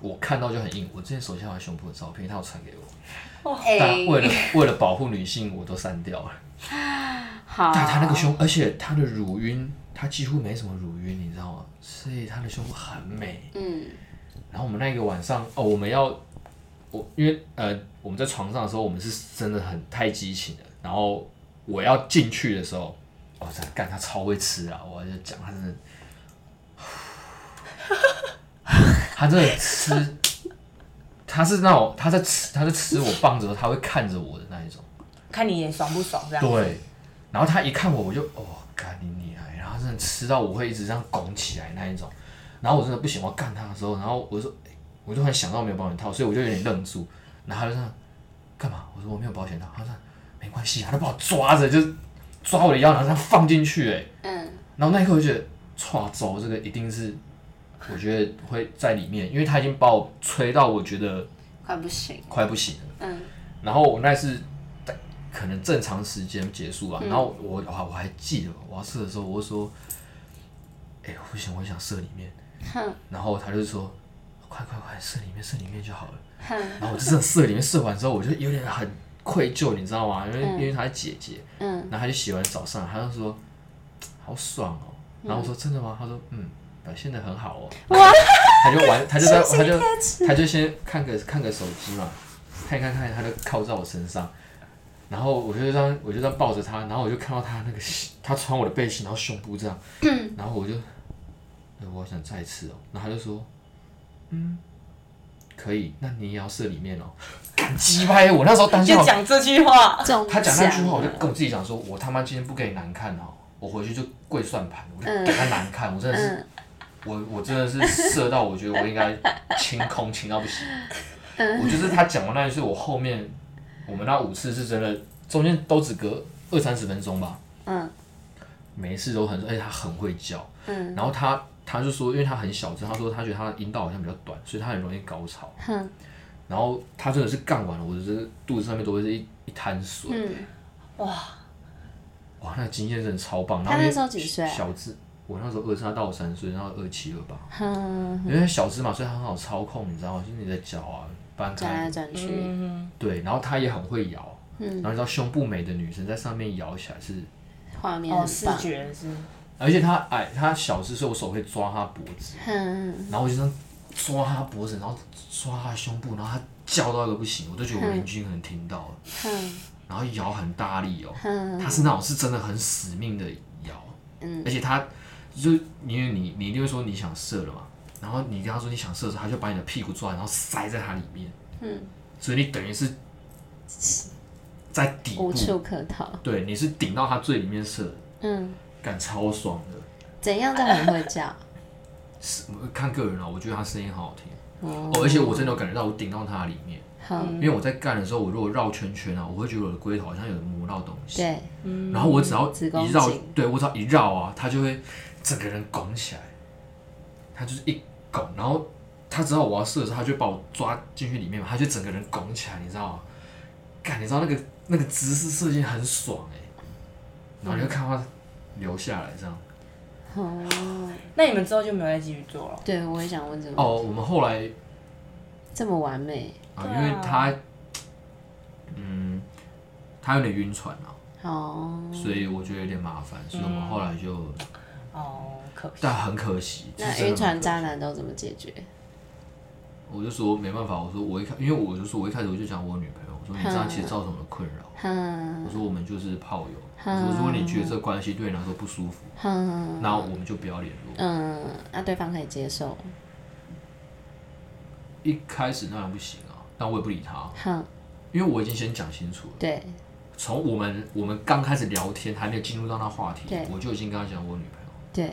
S2: 我看到就很硬。我之前手机还有胸部的照片，他有传给我，但
S3: 哎，
S2: 为了为了保护女性，我都删掉了。
S3: 好，啊
S2: 但他那个胸，而且他的乳晕，他几乎没什么乳晕，你知道吗？所以他的胸部很美。
S3: 嗯，
S2: 然后我们那个晚上，哦，我们要我因为呃我们在床上的时候，我们是真的很太激情了。然后我要进去的时候，哦，真的干他超会吃啊！我就讲他真的， 他真的吃，他是那种他在吃他在吃我棒子的时候，他会看着我的那一种。
S1: 看你也爽不爽这样。
S2: 对，然后他一看我，我就哦，干你你来，然后真的吃到我会一直这样拱起来那一种，然后我真的不行，我要干他的时候，然后我就说，哎我就突然想到没有保险套，所以我就有点愣住，然后他就这样干嘛？我说我没有保险套，他说没关系啊，他就把我抓着，就是抓我的腰，然后这样放进去、哎，
S3: 嗯，
S2: 然后那一刻我就觉得，歘，走，这个一定是。我觉得会在里面，因为他已经把我吹到，我觉得
S3: 快不行，
S2: 快不行了。
S3: 嗯。
S2: 然后我那次在可能
S3: 嗯
S2: 正常时间结束啊，然后我我还我还记得我要射的时候，我就说哎、不行，我想射里面。
S3: 哼
S2: 然后他就说，快快快，射里面，射里面就好了。
S3: 哼，
S2: 然后我就真的射里面，射完之后我就有点很愧疚，你知道吗？因为、
S3: 嗯
S2: 因为她是姐姐，
S3: 嗯，
S2: 然后她就洗完澡上来，她就说，好爽哦。然后我说真的吗？她说嗯，表现的很好哦。
S3: 哇，
S2: 她就玩，她就在，她就
S3: 贴纸，
S2: 他就先看个看个手机嘛，看一看看，他就靠在我身上，然后我就这样我就这样抱着他，然后我就看到他那个他穿我的背心，然后胸部这样，
S3: 嗯
S2: 然后我就，呃我想再一次哦，然后他就说，嗯，可以，那你也要射里面哦， 干鸡掰，我那时候当下
S1: 就讲这句话，
S3: 中
S2: 他讲那句话，
S3: 奖
S2: 我就嗯
S3: 了
S2: 跟我自己讲说，我他妈今天不给你难看哦，我回去就跪算盘，我就
S3: 嗯
S2: 给他难看，我真的是。
S3: 嗯
S2: 我我真的是射到，我觉得我应该清空清到不行。
S3: 嗯
S2: 我就是他讲完那一次，我后面我们那五次是真的，中间都只隔二三十分钟吧，
S3: 嗯
S2: 每一次都很，而且他很会叫。
S3: 嗯
S2: 然后他他就说，因为他很小只，他说他觉得他的阴道好像比较短，所以他很容易高潮。
S3: 哼
S2: 然后他真的是干完了，我的这个肚子上面都会是一一滩水。
S3: 嗯，
S1: 哇，
S2: 哇，那个经验真的超棒。
S3: 他
S2: 然后因为
S3: 那时候几岁啊
S2: 小只，我那时候二十，他到我三岁，然后二七二八。
S3: 哼，
S2: 因为小只嘛，所以它很好操控，你知道吗？就是你的脚啊搬
S3: 转
S2: 开
S3: 来，转去，
S1: 嗯，
S2: 对，然后它也很会摇，
S3: 嗯
S2: 然，后你知道胸部美的女生在上面摇起来是，
S3: 画面
S1: 哦，
S3: 很
S1: 视
S3: 棒，
S1: 觉是，
S2: 而且她矮，她小只，所以我手会抓她脖子，
S3: 嗯哼，
S2: 然后我就这样抓她脖子，然后抓她的胸部，然后她叫到一个不行，我都觉得我邻居可能听到了，
S3: 哼
S2: 然后摇很大力哦，
S3: 哼，
S2: 她是那种是真的很死命的摇，
S3: 嗯
S2: 而且她就是因为你你一定会说你想射了嘛，然后你跟她说你想射的时候，她就把你的屁股抓来，然后塞在她里面。
S3: 嗯，
S2: 所以你等于是在底
S3: 无
S2: 部，
S3: 处可逃，
S2: 对，你是顶到它最里面射的，
S3: 嗯，
S2: 感超爽的。
S3: 怎样都很会叫，
S2: 是看个人啊，我觉得它声音很好听、
S3: 哦，
S2: 哦，而且我真的有感觉到我顶到它里面，
S3: 好，
S1: 嗯
S2: 因为我在干的时候，我如果绕圈圈啊，我会觉得我的龟头好像有磨到东西，
S3: 对，
S1: 嗯，
S2: 然后我只要
S3: 子宫
S2: 一绕
S3: 颈，
S2: 对我只要一绕啊，它就会整个人拱起来，它就是一拱，然后它知道我要射的时候，它就把我抓进去里面嘛，它就整个人拱起来，你知道吗？干，你知道那个那个姿势射箭很爽哎、然后你就看它流下来这样。
S3: 哦，
S1: 那你们之后就没有再继续做了？
S3: 对，我也想问这个，
S2: 哦，我们后来
S3: 这么完美，
S2: 啊，
S1: 对啊
S2: 因为它，嗯，它有点晕船啊，
S3: 哦，
S2: 所以我觉得有点麻烦，所以我
S3: 嗯
S2: 们后来就，
S1: 哦，可惜
S2: 但，很可惜，
S3: 那
S2: 是真的
S3: 晕
S2: 很
S3: 船
S2: 可
S3: 渣男都怎么解决？
S2: 我就说没办法，我说我一开，因为我就说我一开始我就讲我女朋友，我说你这样其实造成我的困扰，
S3: 哼
S2: 我说我们就是炮友，
S3: 嗯
S2: 我说如果你觉得这关系对你来说不舒服，
S3: 哼，
S2: 那我们就不要联络。
S3: 嗯，那、对方可以接受，
S2: 一开始当然不行啊，但我也不理他，
S3: 哼，
S2: 因为我已经先讲清楚了。
S3: 对，
S2: 从我们我们刚开始聊天，还没有进入到那话题
S3: 对，
S2: 我就已经跟他讲我女朋友。
S3: 对，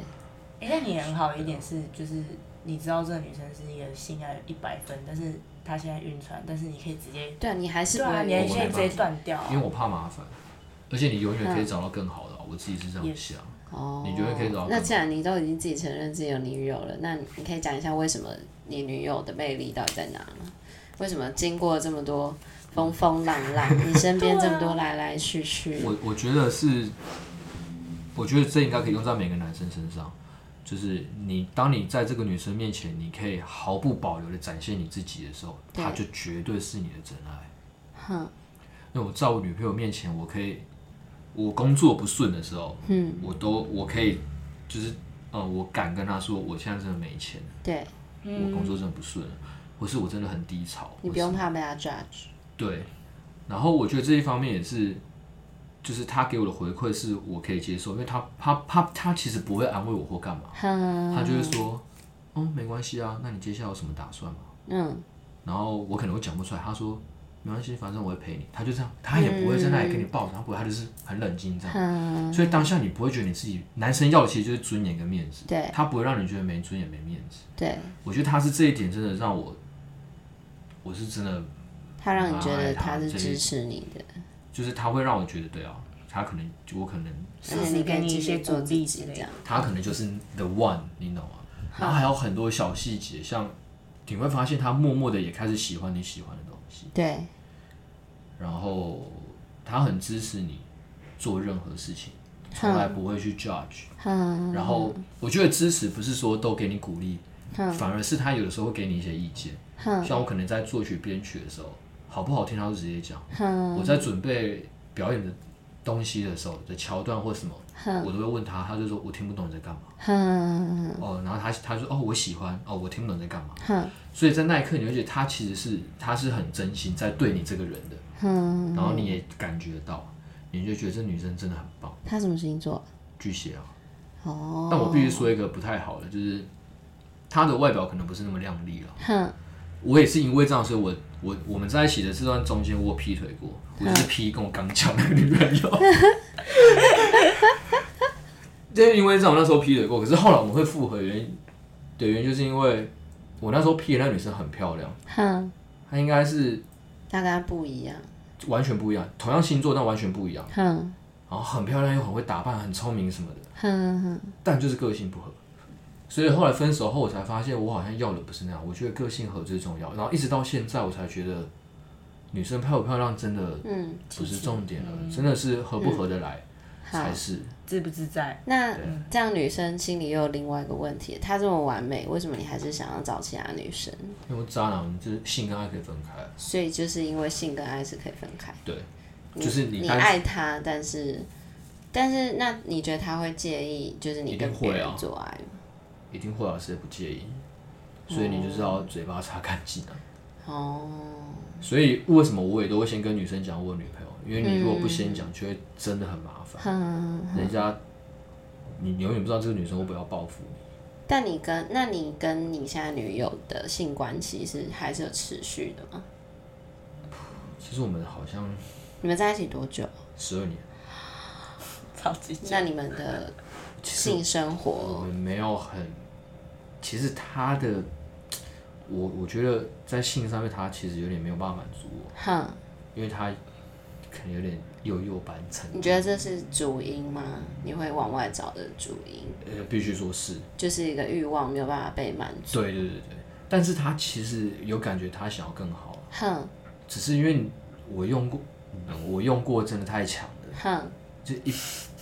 S1: 哎、那你很好一点是，就是你知道这个女生是一个性爱一百分，但是她现在晕船，但是你可以直接，
S3: 对啊，你还是
S1: 对
S3: 不
S1: 啊，
S3: 会
S1: 你
S2: 还
S1: 还
S2: 是
S1: 可
S2: 我没
S1: 以
S2: 办
S1: 直
S2: 法
S1: 接断掉、啊，
S2: 因为我怕麻烦，而且你永远
S3: 嗯
S2: 可以找到更好的啊、我自己是这样
S1: 也
S2: 想。
S3: 哦，
S2: 你觉得可以找到
S3: 那既然你都已经自己承认自己有女友了，那你你可以讲一下为什么你女友的魅力到底在哪吗？为什么经过这么多风风浪浪，你身边这么多来来去 去，
S2: 我我觉得是，我觉得这应该可以用在每个男生身上，就是你当你在这个女生面前，你可以毫不保留的展现你自己的时候，
S3: 对
S2: 她就绝对是你的真爱。
S3: 哼，
S2: 因为我在我女朋友面前，我可以，我工作不顺的时候，
S3: 嗯，
S2: 我都我可以，就是呃，我敢跟她说，我现在真的没钱，
S3: 对
S2: 我工作真的不顺了，或是我真的很低潮，
S3: 嗯你
S2: 或
S3: 不
S2: 是
S3: 用怕被他 judge，
S2: 对，然后我觉得这一方面也是，就是他给我的回馈是我可以接受，因为他他他他其实不会安慰我或干嘛，
S3: 哼，
S2: 他就会说，哦，没关系啊，那你接下来有什么打算吗？
S3: 嗯，
S2: 然后我可能会讲不出来，他说没关系，反正我会陪你，他就这样，他也不会在那里跟你抱着，他不会，他就是很冷静这样。
S3: 嗯哼，
S2: 所以当下你不会觉得你自己男生要的其实就是尊严跟面子，
S3: 对
S2: 他不会让你觉得没尊严没面子。
S3: 对，
S2: 我觉得他是这一点真的让我，我是真的
S3: 他让你觉
S2: 哎
S3: 得
S2: 他
S3: 他是
S2: 这一
S3: 支持你的，
S2: 就是他会让我觉得，对啊，他可能我可能
S1: 哎是
S3: 而
S1: 不
S3: 且
S1: 是
S3: 你可
S1: 给
S3: 以
S1: 你
S3: 继
S1: 一
S3: 续
S1: 些
S3: 做
S1: 鼓
S3: 自
S1: 励
S3: 己
S1: 之类
S3: 这
S1: 的
S3: 样，
S2: 他可能就是 the one，你懂吗？然后还有很多小细节，像你会发现他默默的也开始喜欢你喜欢的东西，
S3: 对，
S2: 然后他很支持你做任何事情，从来不会去 judge。
S3: 嗯
S2: 然后我觉得支持不是说都给你鼓励，反而是他有的时候会给你一些意见。像我可能在作曲编曲的时候，好不好听他就直接讲。我在准备表演的东西的时候的桥段或什么，我都会问他，他就说我听不懂你在干嘛。
S3: 哼
S2: 哦，然后他他说哦我喜欢，哦我听不懂你在干嘛。
S3: 嗯哼
S2: 所以在那一刻，你会觉得他其实是他是很真心在对你这个人的，
S3: 哼，
S2: 然后你也感觉到，你就觉得这女生真的很棒，
S3: 他什么星座？
S2: 巨蟹啊。
S3: 哦，
S2: 但我必须说一个不太好的，就是她的外表可能不是那么靓丽了。
S3: 哼
S2: 我也是因为这样，所以我我我们在一起的这段中间，我有劈腿过，我就是劈跟我刚交那个女朋友。 就是因为这样，我那时候劈腿过，可是后来我们会复合的原因的原因，就是因为我那时候劈的那女生很漂亮，
S3: 哼，
S2: 她应该是
S3: 他跟他不一样，
S2: 完全不一样，同样星座但完全不一样，
S3: 哼
S2: 然后很漂亮又很会打扮，很聪明什么的。
S3: 哼哼，
S2: 但就是个性不合。所以后来分手后，我才发现我好像要的不是那样。我觉得个性合最重要。然后一直到现在，我才觉得女生漂不漂亮真的
S3: 嗯，
S2: 不是重点了，真的是合不合得来
S3: 好
S2: 才是。
S1: 自不自在，
S3: 那这样女生心里又有另外一个问题，她这么完美，为什么你还是想要找其他女生？
S2: 因为渣男就是性跟爱可以分开，
S3: 所以就是因为性跟爱是可以分开，
S2: 对，
S3: 你
S2: 就是
S3: 你
S2: 单
S3: 爱他，但是但是那你觉得他会介意，就是你
S2: 一定
S3: 跟别
S2: 会
S3: 人
S2: 啊
S3: 做爱吗？
S2: 一定会啊，谁不介意？所以你就是要嘴巴擦干净啊。
S3: 哦，
S2: 所以为什么我也都会先跟女生讲我有女朋友，因为你如果不先讲，就会真的很麻烦。
S3: 哼，
S2: 人家你永远不知道这个女生会不会要报复你。
S3: 但你跟那你跟你现在女友的性关系是还是有持续的吗？
S2: 其实我们好像
S3: 你们在一起多久？
S2: 十二年，
S1: 超级
S3: 那你们的性生
S2: 我
S3: 活，
S2: 们没有很。其实他的，我我觉得在性上面，他其实有点没有办法满足我，
S3: 哼，
S2: 因为他可能有点幼幼班成。
S3: 你觉得这是主因吗？你会往外找的主因，
S2: 呃，必须说是
S3: 就是一个欲望没有办法被满足。
S2: 对对对对，但是他其实有感觉，他想要更好，
S3: 哼
S2: 只是因为我用过，嗯我用过真的太强了，
S3: 哼，
S2: 就一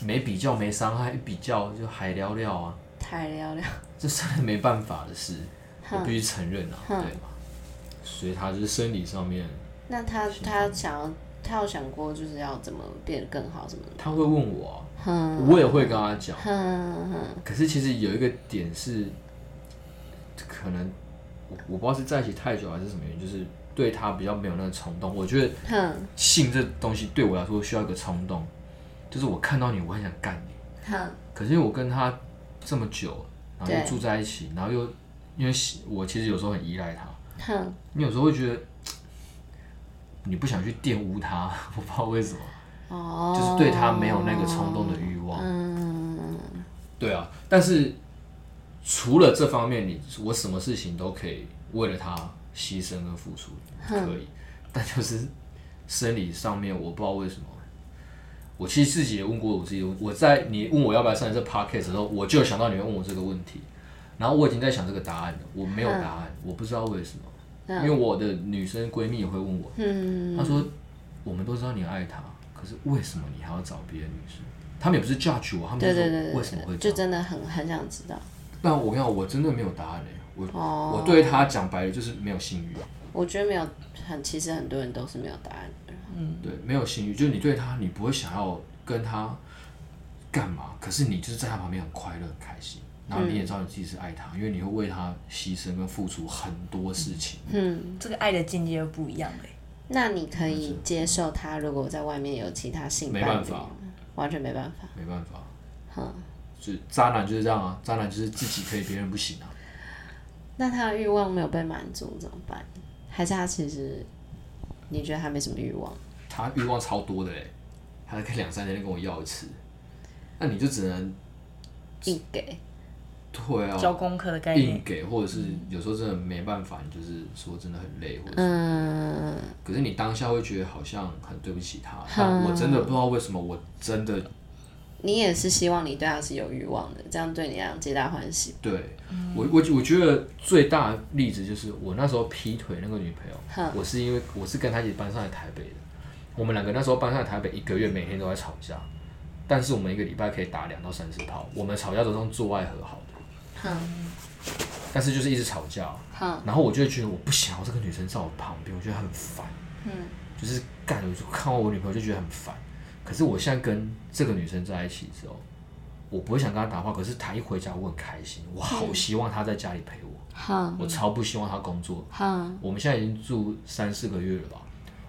S2: 没比较没伤害，一比较就海聊聊啊。
S3: 太聊聊。
S2: 这真的没办法的事，我必须承认啊，对嘛？所以他就是生理上面，
S3: 那他他想要，他有想过就是要怎么变得更好什么的？
S2: 他会问我、啊
S3: 哼，
S2: 我也会跟他讲。
S3: 哼嗯哼，
S2: 可是其实有一个点是，可能我我不知道是在一起太久还是什么原因，就是对他比较没有那个冲动。我觉得
S3: 哼
S2: 性这东西对我来说需要一个冲动，就是我看到你，我很想干你。
S3: 哼，
S2: 可是因为我跟他这么久，然后又
S3: 对
S2: 住在一起，然后又因为我其实有时候很依赖他，
S3: 哼，
S2: 你有时候会觉得你不想去玷污他， 我不知道为什么，
S3: 哦，
S2: 就是对他没有那个冲动的欲望。
S3: 嗯，
S2: 对啊，但是除了这方面，你我什么事情都可以为了他牺牲跟付出，可以，但就是生理上面，我不知道为什么。我其实自己也问过我自己，我在你问我要不要上这 podcast 的时候，我就想到你会问我这个问题，然后我已经在想这个答案了，我没有答案，我不知道为什么，因为我的女生闺蜜也会问我，
S3: 嗯，
S2: 她说我们都知道你爱他，可是为什么你还要找别的女生？他们也不是 judge 我，他们
S3: 对
S2: 就
S3: 对
S2: 说
S3: 对对，
S2: 为什么
S3: 对
S2: 会
S3: 就
S2: 这样？
S3: 真的很很想知道。
S2: 但我跟你讲，我真的没有答案嘞、欸我、
S3: 哦
S2: 我对他讲白了就是没有性欲，啊
S3: 我觉得没有很，其实很多人都是没有答案的。
S2: 对，没有性欲，就是你对他，你不会想要跟他干嘛，可是你就是在他旁边很快乐、很开心，然后你也知道你自己是爱
S3: 嗯
S2: 他，因为你会为他牺牲跟付出很多事情。
S3: 嗯，
S1: 这个爱的境界又不一样嘞、
S3: 那你可以接受他如果在外面有其他性
S2: 没
S3: 伴侣
S2: 办法
S3: 吗，完全没办法。
S2: 没办法，
S3: 哼，
S2: 就渣男就是这样啊，渣男就是自己可以，别人不行啊。
S3: 那他的欲望没有被满足怎么办？还是他其实你觉得他没什么欲望？
S2: 他欲望超多的嘞、他可以两三天就跟我要一次，那你就只能
S3: 硬给，
S2: 退啊，
S1: 交功课的概念
S2: 硬，给，或者是有时候真的没办法，你就是说真的很累，或者
S3: 嗯，
S2: 可是你当下会觉得好像很对不起他，但我真的不知道为什么，我真的
S3: 你也是希望你对他是有欲望的，这样对你来讲皆大欢喜。
S2: 对
S3: 嗯
S2: 我我我觉得最大的例子就是我那时候劈腿那个女朋友
S3: 哼，
S2: 我是因为我是跟她一起搬上来台北的，我们两个那时候搬上来台北一个月，每天都在吵架，但是我们一个礼拜可以打两到三次炮，我们吵架都是用做爱和好的，
S3: 哼
S2: 但是就是一直吵架，
S3: 哼，
S2: 然后我就会觉得我不想要这个女生在我旁边，我觉得很烦，
S3: 嗯，
S2: 就是干，我就看到我女朋友就觉得很烦。可是我现在跟这个女生在一起之后，我不会想跟她打话，可是她一回家我很开心，我好希望她在家里陪我，
S3: 哼
S2: 我超不希望她工作。
S3: 哼，
S2: 我们现在已经住三四个月了吧？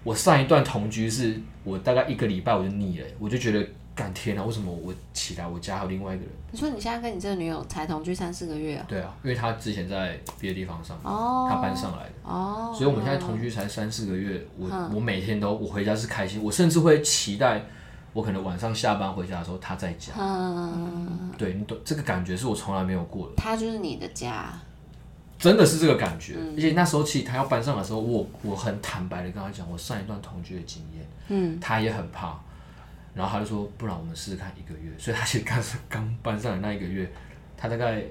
S2: 我上一段同居是我大概一个礼拜我就腻了，我就觉得干天啊，为什么我起来我家还有另外一个人？
S3: 你说你现在跟你这个女友才同居三四个月
S2: 对啊，因为她之前在别的地方上班，
S3: 哦，
S2: 她搬上来的。
S3: 哦，嗯
S2: 所以我们现在同居才三四个月，我、我每天都我回家是开心，我甚至会期待我可能晚上下班回家的时候他在家，
S3: 嗯，
S2: 对你懂这个感觉是我从来没有过的，
S3: 他就是你的家，
S2: 真的是这个感觉。
S3: 嗯
S2: 而且那时候其实他要搬上来的时候，我我很坦白的跟他讲我上一段同居的经验，嗯，他也很怕，然后他就说不然我们试试看一个月，所以他其实刚刚搬上来那一个月，他大概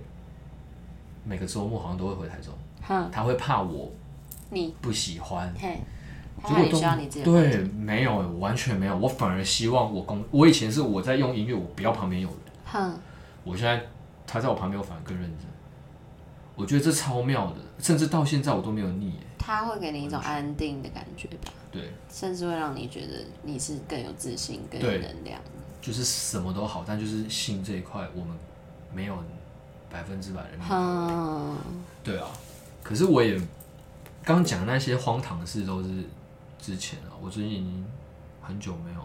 S2: 每个周末好像都会回台中，
S3: 哼，
S2: 他会怕我
S3: 你
S2: 不喜欢。
S3: 嘿，他
S2: 结
S3: 怕
S2: 果
S3: 你
S2: 都
S3: 需要你自己的房
S2: 对
S3: 间，，
S2: 没有，完全没有。我反而希望我工，我以前是我在用音乐，我不要旁边有人。
S3: 哼，
S2: 我现在他在我旁边，我反而更认真。我觉得这超妙的，甚至到现在我都没有腻耶。
S3: 他会给你一种安定的感觉吧，
S2: 对，
S3: 甚至会让你觉得你是更有自信、更有
S2: 对
S3: 能量。
S2: 就是什么都好，但就是性这一块，我们没有百分之百的那个
S3: 哼，
S2: 对啊，可是我也刚刚讲的那些荒唐的事都是之前啊，我最近已经很久没有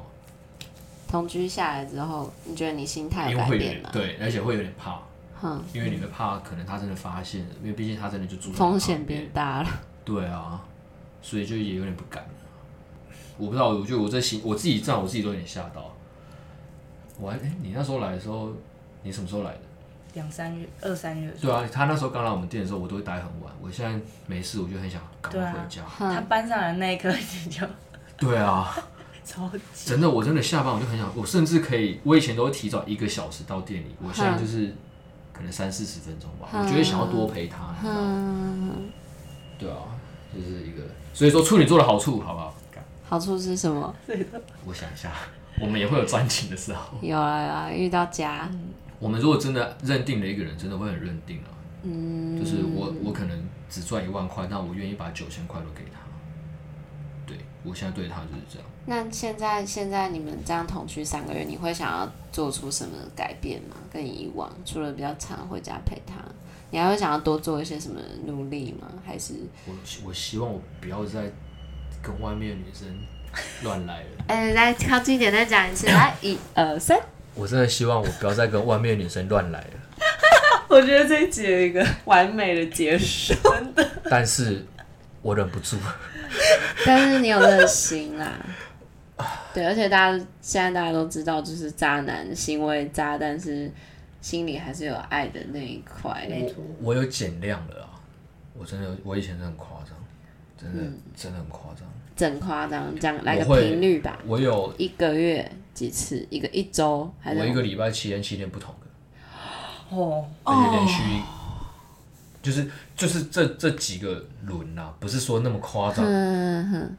S3: 同居下来之后，你觉得你心态
S2: 因
S3: 有
S2: 为
S3: 改
S2: 会有
S3: 变
S2: 点
S3: 吗？
S2: 对，而且会有点怕。
S3: 哼，
S2: 因为你会怕，可能他真的发现了，因为毕竟他真的就住在
S3: 风险
S2: 旁边。
S3: 变大了。
S2: 对啊，所以就也有点不敢了。我不知道，我觉得我这心我自己站，我自己都有点吓到。我还哎、你那时候来的时候，你什么时候来的？
S1: 两三月、二三月的时
S2: 对
S1: 候，
S2: 啊，他那时候刚来我们店的时候，我都会待很晚。我现在没事，我就很想赶
S1: 对
S2: 快
S1: 啊
S2: 回家。
S1: 他
S3: 哼，
S1: 搬上来那一刻你就
S2: 对啊，
S1: 超级
S2: 真的，我真的下班我就很想，我甚至可以，我以前都会提早一个小时到店里，我现在就是可能三四十分钟吧，我就会想要多陪他，你知道吗？
S3: 哼，
S2: 对啊，就是一个，所以说处女座的好处，好不好？
S3: 好处是什么？
S2: 我想一下，我们也会有专情的时候。
S3: 有啦有啦，遇到家，
S2: 我们如果真的认定了一个人，真的会很认定啊。
S3: 嗯，
S2: 就是我，我可能只赚一万块，但我愿意把九千块都给他。对我现在对他就是这样。
S3: 那现在现在你们这样同居三个月，你会想要做出什么改变吗？跟以往除了比较常回家陪他，你还会想要多做一些什么努力吗？还是
S2: 我我希望我不要再跟外面的女生乱来了。
S3: 哎、来靠近一点再讲一次，来一二三，
S2: 我真的希望我不要再跟外面的女生乱来了。
S3: 我觉得这一集有一个完美的结束，
S2: 但是，我忍不住。
S3: 但是你有热心啦。对，而且大家现在大家都知道，就是渣男行为渣，但是心里还是有爱的那一块。
S1: 没错。
S2: 我有减量了啊！我真的有，我以前真的很夸张，真的、
S3: 嗯
S2: 真的很夸张。
S3: 整夸张，这样来
S2: 我
S3: 个
S2: 会
S3: 频率吧。
S2: 我有
S3: 一个月几次？一个一周还是？
S2: 我一个礼拜七天七天不同的，
S1: 哦，
S2: 而且连续、
S3: 哦
S2: 就是就是这这几个轮啊，不是说那么夸张。
S3: 嗯哼，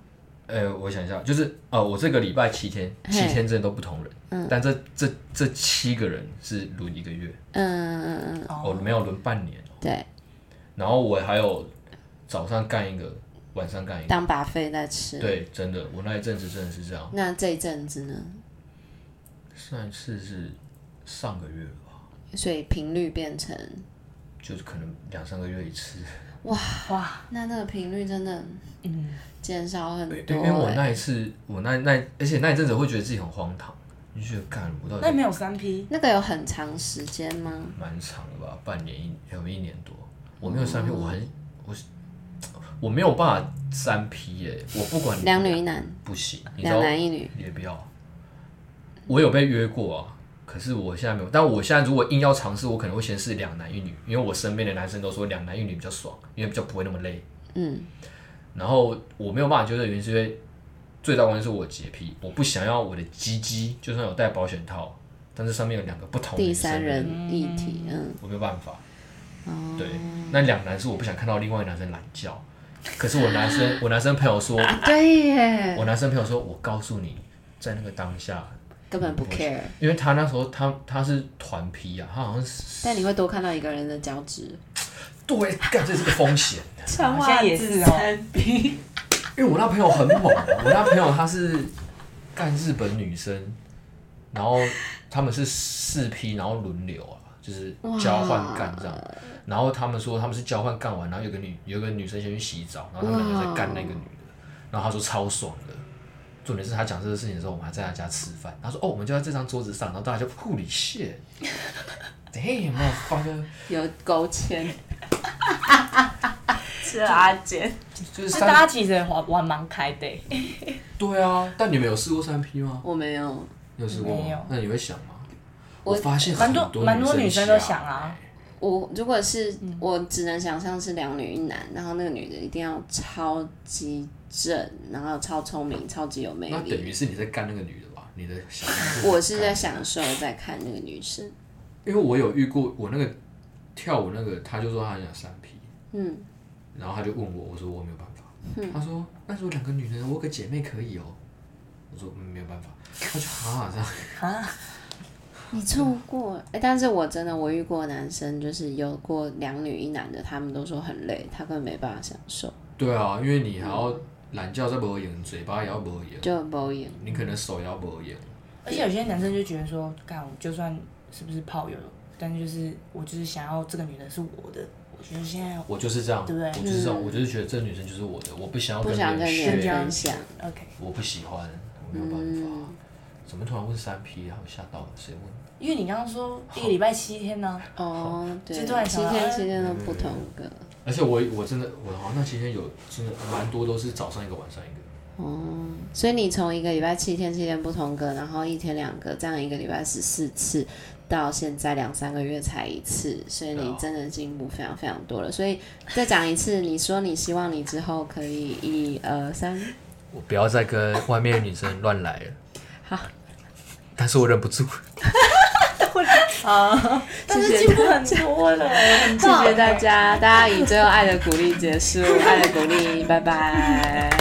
S2: 呃，我想一下，就是呃，我这个礼拜七天
S3: 嘿
S2: 七天真的都不同人，但这这这七个人是轮一个月，
S3: 嗯嗯嗯，
S2: 哦，没有轮半年。
S3: 对，
S2: 然后我还有早上干一个，晚上干一个。
S3: 当把费在吃。
S2: 对，真的，我那一阵子真的是这样。
S3: 那这一阵子呢？
S2: 上一次是上个月了吧，
S3: 所以频率变成，
S2: 就是可能两三个月一次。
S1: 哇，
S3: 那那个频率真的，嗯，减少很
S2: 对，
S3: 多、
S2: 因为我
S3: 欸。
S2: 那一次，我那那，而且那一阵子会觉得自己很荒唐，你就觉得干，我到
S1: 那
S2: 底
S1: 没有三 P，
S3: 那个有很长时间吗？
S2: 蛮长的吧，半年一有一年多，我没有
S3: 哦
S2: 三 P，我很我是我没有办法三 P 耶，我不管
S3: 两女一男，
S2: 不行，你知
S3: 两
S2: 道
S3: 男一女。
S2: 也不要。我有被约过啊，可是我现在没有。但我现在如果硬要尝试，我可能会先试两男一女，因为我身边的男生都说两男一女比较爽，因为比较不会那么累。
S3: 嗯
S2: 然后我没有办法接受的原因是因为最大关键是我洁癖，我不想要我的鸡鸡就算有戴保险套，但是上面有两个不同的
S3: 第
S2: 女生
S3: 三人
S1: 嗯
S3: 一体，嗯，
S2: 我没有办法。
S3: 哦，
S2: 对，那两男是我不想看到另外一个男生懒觉。可是我 男生，我男生朋友说，
S3: 嗯啊，对耶，
S2: 我男生朋友说，我告诉你，在那个当下，
S3: 根本不 care。
S2: 因为他那时候他他是团批啊，他好像是
S3: 但你会多看到一个人的脚趾，
S2: 对，干这是个风险。
S3: 穿
S1: 好像也是哦
S3: 三 B，
S2: 因为我那朋友很猛，我那朋友她是 干日本女生，然后他们是四批，然后轮流啊，就是交换干这样。然后他们说他们是交换干完，然后有个女有个女生先去洗澡，然后他们两个在干那个女的，然后他说超爽的。重点是他讲这个事情的时候，我们还在他家吃饭。他说：“哦，我们就在这张桌子上。”然后大家就 Holy shit，damn，motherfucker，
S3: 有勾芡， 是阿简，
S2: 就是
S1: 那大家
S2: 三
S1: 其实也玩玩蛮开的欸、
S2: 对啊。但你们有试过三 P 吗？
S3: 我没有，
S2: 你有试过
S1: 没有
S2: 吗？那你会想吗？
S3: 我
S2: 发现
S1: 蛮
S2: 很
S1: 多蛮多女生都想
S2: 想
S1: 啊，
S3: 我如果是我只能想象是两女一男，然后那个女的一定要超级正，然后超聪明，超级有魅
S2: 那等
S3: 力。
S2: 于是你在干那个女的吧？你的想法
S3: 我是在享受在看那个女生，
S2: 因为我有遇过我那个跳舞那个，他就说他很想三 P，
S3: 嗯，
S2: 然后他就问我，我说我没有办法。
S1: 嗯
S2: 他说：“那如果两个女人，我有个姐妹可以哦。”我说：“嗯，没有办法。”他就哈这样，
S3: 你错过哎、但是我真的我遇过男生，就是有过两女一男的，他们都说很累，他根本没办法享受，
S2: 对啊，因为你还要懒觉再不演，嘴巴也要不演，
S3: 就不演。
S2: 你可能手也要不演。
S1: 而且有些男生就觉得说，干我就算是不是炮友，但就是我就是想要这个女的是我的，我觉得现在
S2: 我就是这样，
S1: 对嗯
S2: 我就是这样，我就是觉得这女生就是我的，我不想要
S3: 不
S2: 跟别
S3: 想
S2: 人
S3: 跟别人
S2: 学
S1: 这样
S3: 分享，
S1: OK。
S2: 我不喜欢，我没有办法。怎么突然问三 P 啊？我吓到了，谁问？
S1: 因为你刚刚说一个礼拜七天呢、
S3: 哦，对，
S1: 这段
S3: 七
S1: 小
S3: 天
S1: 啊
S3: 七天都不同歌，
S2: 而且我我真的我好像那期间有真的蛮多都是早上一个晚上一个，
S3: 哦，所以你从一个礼拜七天七天不同歌，然后一天两个，这样一个礼拜十四次，到现在两三个月才一次，所以
S2: 对
S3: 你
S2: 啊
S3: 真的进步非常非常多了。所以再讲一次，你说你希望你之后可以一二三，
S2: 我不要再跟外面的女生乱来了。
S3: 好，
S2: 但是我忍不住。
S1: 但是
S3: 啊谢谢
S1: 进步很多了，很
S3: 谢
S1: 棒
S3: 谢大家，大家以最后爱的鼓励结束，爱的鼓励，拜拜。